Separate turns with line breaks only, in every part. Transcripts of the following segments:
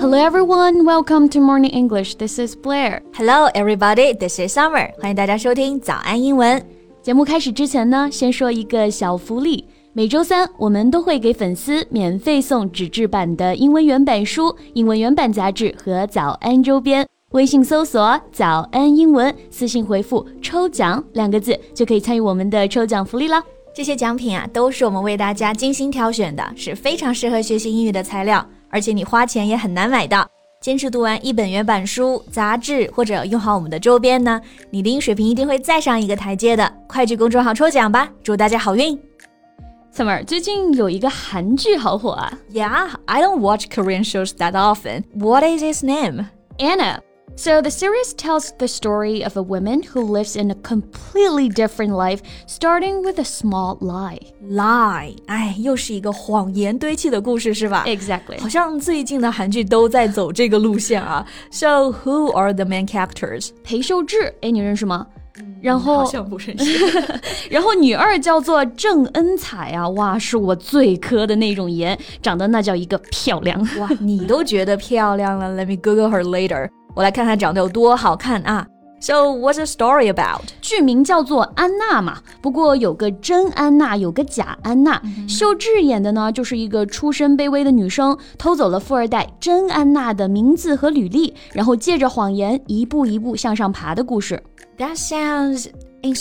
Hello everyone, welcome to Morning English. This is Blair.
Hello, everybody. This is Summer. 欢迎大家收听早安英文。
节目开始之前呢，先说一个小福利。每周三我们都会给粉丝免费送纸质版的英文原版书、英文原版杂志和早安周边。微信搜索“早安英文”，私信回复“抽奖”两个字就可以参与我们的抽奖福利啦。
这些奖品啊，都是我们为大家精心挑选的，是非常适合学习英语的材料，而且你花钱也很难买到。坚持读完一本原版书、杂志，或者用好我们的周边呢，你的英语水平一定会再上一个台阶的。快去公众号抽奖吧，祝大家好运
Summer，最近有一个韩剧好火啊
！Yeah, I don't watch Korean shows that often. What is its name?
，Anna。So the series tells the story of a woman who lives in a completely different life, starting with a small lie.
Lie，哎，又是一个谎言堆砌的故事，是吧
Exactly.
好像最近的韩剧都在走这个路线啊。So who are the main characters？
裴秀智，哎，你认识吗？然后，
不认识。
然后女二叫做郑恩彩啊，哇，是我最磕的那种颜，长得那叫一个漂亮。
哇，你都觉得漂亮了？Let me Google her later。我来看看长得有多好看啊。So what's the story about？
剧名叫做安娜嘛，不过有个真安娜，有个假安娜。秀智演的呢，就是一个出身卑微的女生，偷走了富二代真安娜的名字和履历，然后借着谎言一步一步向上爬的故事。
That sounds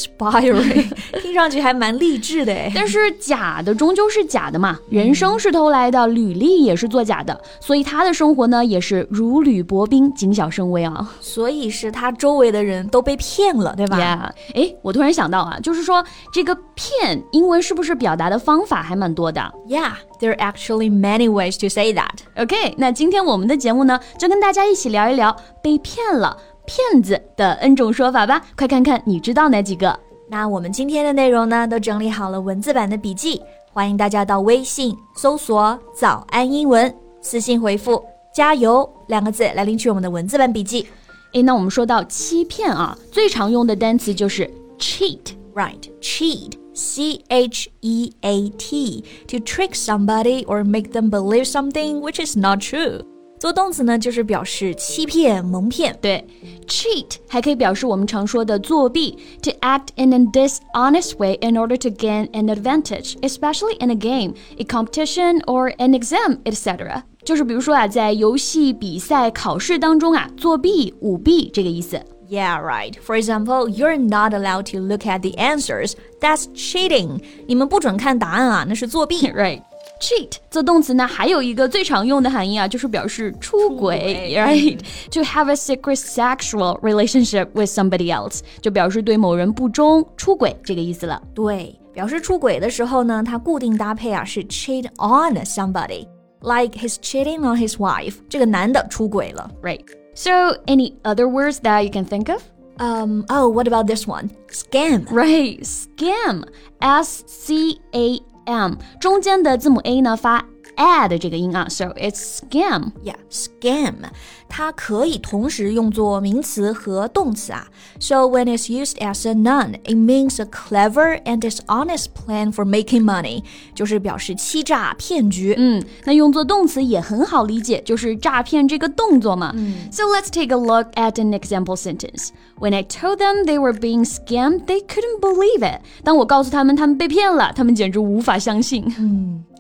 inspiring，听 上去还蛮励志的哎。
但是假的终究是假的嘛，人生是偷来的，履历也是作假的，所以他的生活呢也是如履薄冰，谨小慎微啊。
所以是他周围的人都被骗了，对吧
Yeah，哎，我突然想到啊，就是说这个骗，英文是不是表达的方法还蛮多的
Yeah, there are actually many ways to say that.
？OK，那今天我们的节目呢，就跟大家一起聊一聊被骗了、骗子的 N 种说法吧。快看看你知道哪几个？
那我们今天的内容呢，都整理好了文字版的笔记，欢迎大家到微信搜索“早安英文”，私信回复“加油”两个字来领取我们的文字版笔记。
哎，那我们说到欺骗啊，最常用的单词就是 cheat。
Right, cheat. C H E A T to trick somebody or make them believe something which is not true. 做动词呢，就是表示欺骗、蒙骗。
对，cheat 还可以表示我们常说的作弊，to act in a dishonest way in order to gain an advantage, especially in a game, a competition or an exam, etc. 就是比如说啊，在游戏、比赛、考试当中啊，作弊、舞弊这个意思。
Yeah, right. For example, you're not allowed to look at the answers. That's cheating. 你们不准看答案啊，那是 作弊。
Right. Cheat 做动词呢，还有一个最常用的含义啊，就是表示出轨。
轨
right. To have a secret sexual relationship with somebody else，就表示对某人不忠、出轨这个意思了。
对，表示出轨的时候呢，它固定搭配啊是 cheat on somebody. Like he's cheating on his wife. 这个男的出轨了。
Right. So, any other words that you can think of?
Um, oh, what about this one? Scam.
Right. Scam. S C A M. 中间的字母 A 呢发 a 的这个音啊，so it's scam.
Yeah, scam. 它可以同时用作名词和动词啊。So when it's used as a noun, it means a clever and dishonest plan for making money，就是表示欺诈、骗局。
嗯，那用作动词也很好理解，就是诈骗这个动作嘛。So let's take a look at an example sentence. When I told them they were being scammed, they couldn't believe it. 当我告诉他们他们被骗了，他们简直无法相信。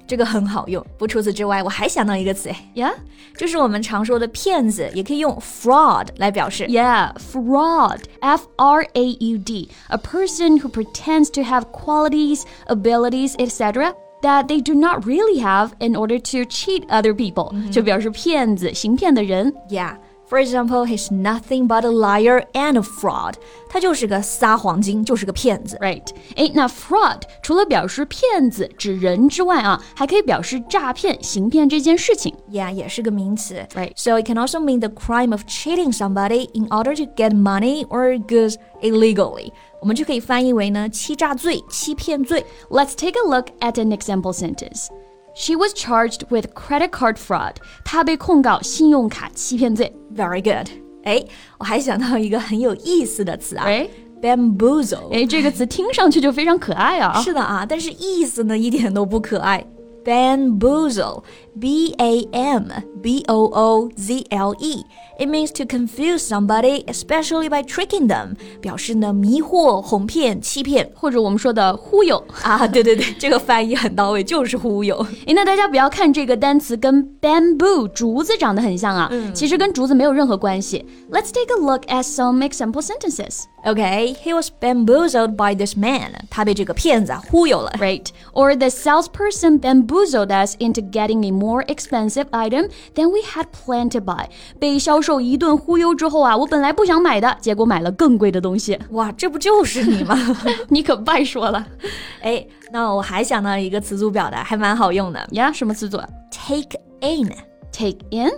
这个很好用。不，除此之外，我还想到一个词，哎，
Yeah.
就是我们常说的骗子，也可以用 fraud 来表示。
Yeah, fraud. F R A U D. A person who pretends to have qualities, abilities, etc. that they do not really have in order to cheat other people. 就表示骗子、行骗的人。
Yeah. For example, he's nothing but a liar and a fraud. 他就是个撒谎精，就是个骗子。
Right. 哎，那 fraud 除了表示骗子、指人之外啊，还可以表示诈骗、行骗这件事情。
Yeah，也是个名词。
Right.
So it can also mean the crime of cheating somebody in order to get money or goods illegally. 我们就可以翻译为呢欺诈罪、欺骗罪。
Let's take a look at an example sentence. She was charged with credit card fraud. 她被控告信用卡欺骗罪。
Very good. 哎，我还想到一个很有意思的词啊。
哎
bamboozle。
哎，这个词听上去就非常可爱啊。
是的啊，但是意思呢一点都不可爱。Bamboozle，b a m b o o z l e，it means to confuse somebody, especially by tricking them，表示呢迷惑、哄骗、欺骗
或者我们说的忽悠。
啊。对对对，这个翻译很到位，就是忽悠。
哎，那大家不要看这个单词跟 bamboo 竹子长得很像啊，其实跟竹子没有任何关系。Let's take a look at some example sentences.
Okay, he was bamboozled by this man，他被这个骗子啊忽悠了。
Right. Or the salesperson bamboozled us into getting a more expensive item than we had planned to buy. 被销售一顿忽悠之后啊，我本来不想买的，结果买了更贵的东西。
哇，这不就是你吗？
你可别说了
哎，那我还想到一个词组表达，还蛮好用的
呀！什么词组啊
，take in。
？Take in、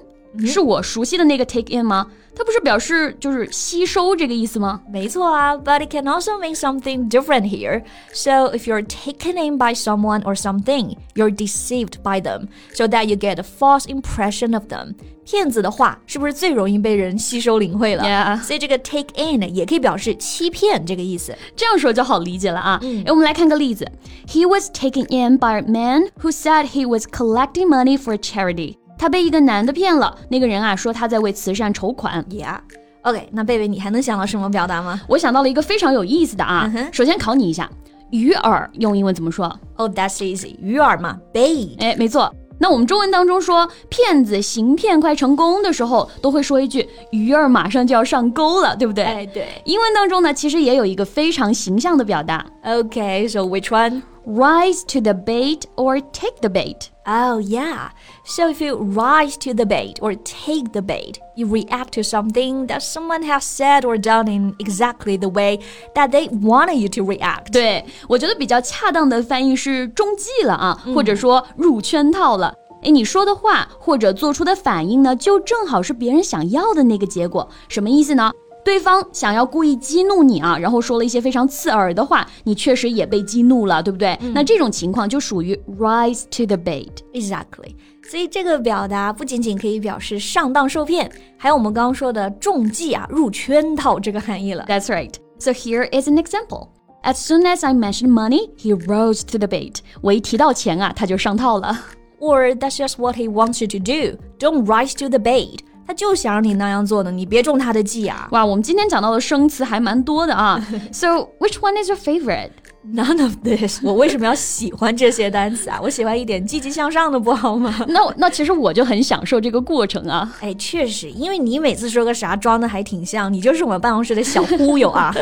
是我熟悉的那个 take in 吗？它不是表示就是吸收这个意思吗？
没错啊，but it can also mean something different here. So if you're taken in by someone or something, you're deceived by them, so that you get a false impression of them. 骗子的话是不是最容易被人吸收领会了
Yeah
所以这个 take in 也可以表示欺骗这个意思。
这样说就好理解了啊。
嗯
哎、我们来看个例子：He was taken in by a man who said he was collecting money for charity。他被一个男的骗了，那个人啊说他在为慈善筹款。
Yeah. OK，那贝贝，你还能想到什么表达吗
我想到了一个非常有意思的啊，
嗯哼
首先考你一下，鱼饵用英文怎么说？
？Oh, that's easy. 鱼饵嘛，bait.
哎，没错。那我们中文当中说骗子行骗快成功的时候，都会说一句“鱼儿马上就要上钩了”，对不对？
哎，对。
英文当中呢，其实也有一个非常形象的表达
OK, so which one?
：rise to the bait or take the bait。
Oh, yeah. So if you rise to the bait or take the bait, you react to something that someone has said or done in exactly the way that they wanted you to react.
对，我觉得比较恰当的翻译是中计了啊，或者说入圈套了。哎，你说的话或者做出的反应呢，就正好是别人想要的那个结果。什么意思呢？对方想要故意激怒你啊，然后说了一些非常刺耳的话，你确实也被激怒了，对不对？那这种情况就属于 rise to the bait。
Exactly. 所以这个表达不仅仅可以表示上当受骗，还有我们刚刚说的中计啊、入圈套这个含义了。
That's right. So here is an example. As soon as I mentioned money, he rose to the bait. 我一提到钱啊，他就上套了。
Or that's just what he wants you to do. Don't rise to the bait. 他就想让你那样做的，你别中他的计啊。
哇，我们今天讲到的生词还蛮多的 啊。so which one is your favorite？
None of this，我为什么要喜欢这些单词啊？我喜欢一点积极向上的，不好吗？
那我那其实我就很享受这个过程啊。
哎，确实，因为你每次说个啥装的还挺像，你就是我们办公室的小忽悠啊。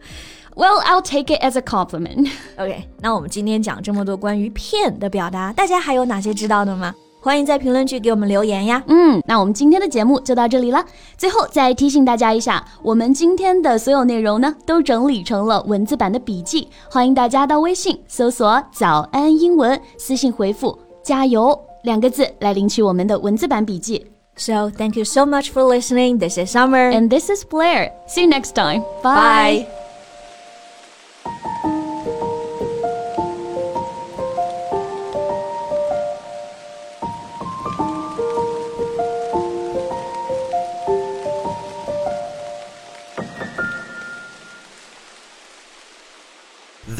Well, I'll take it as a compliment.
OK，那我们今天讲这么多关于骗的表达，大家还有哪些知道的吗？欢迎在评论区给我们留言呀。
嗯，那我们今天的节目就到这里了。最后再提醒大家一下，我们今天的所有内容呢，都整理成了文字版的笔记，欢迎大家到微信搜索“早安英文”，私信回复“加油”两个字来领取我们的文字版笔记。
So thank you so much for listening. This is Summer.
And this is Blair. See you next time. Bye.
bye.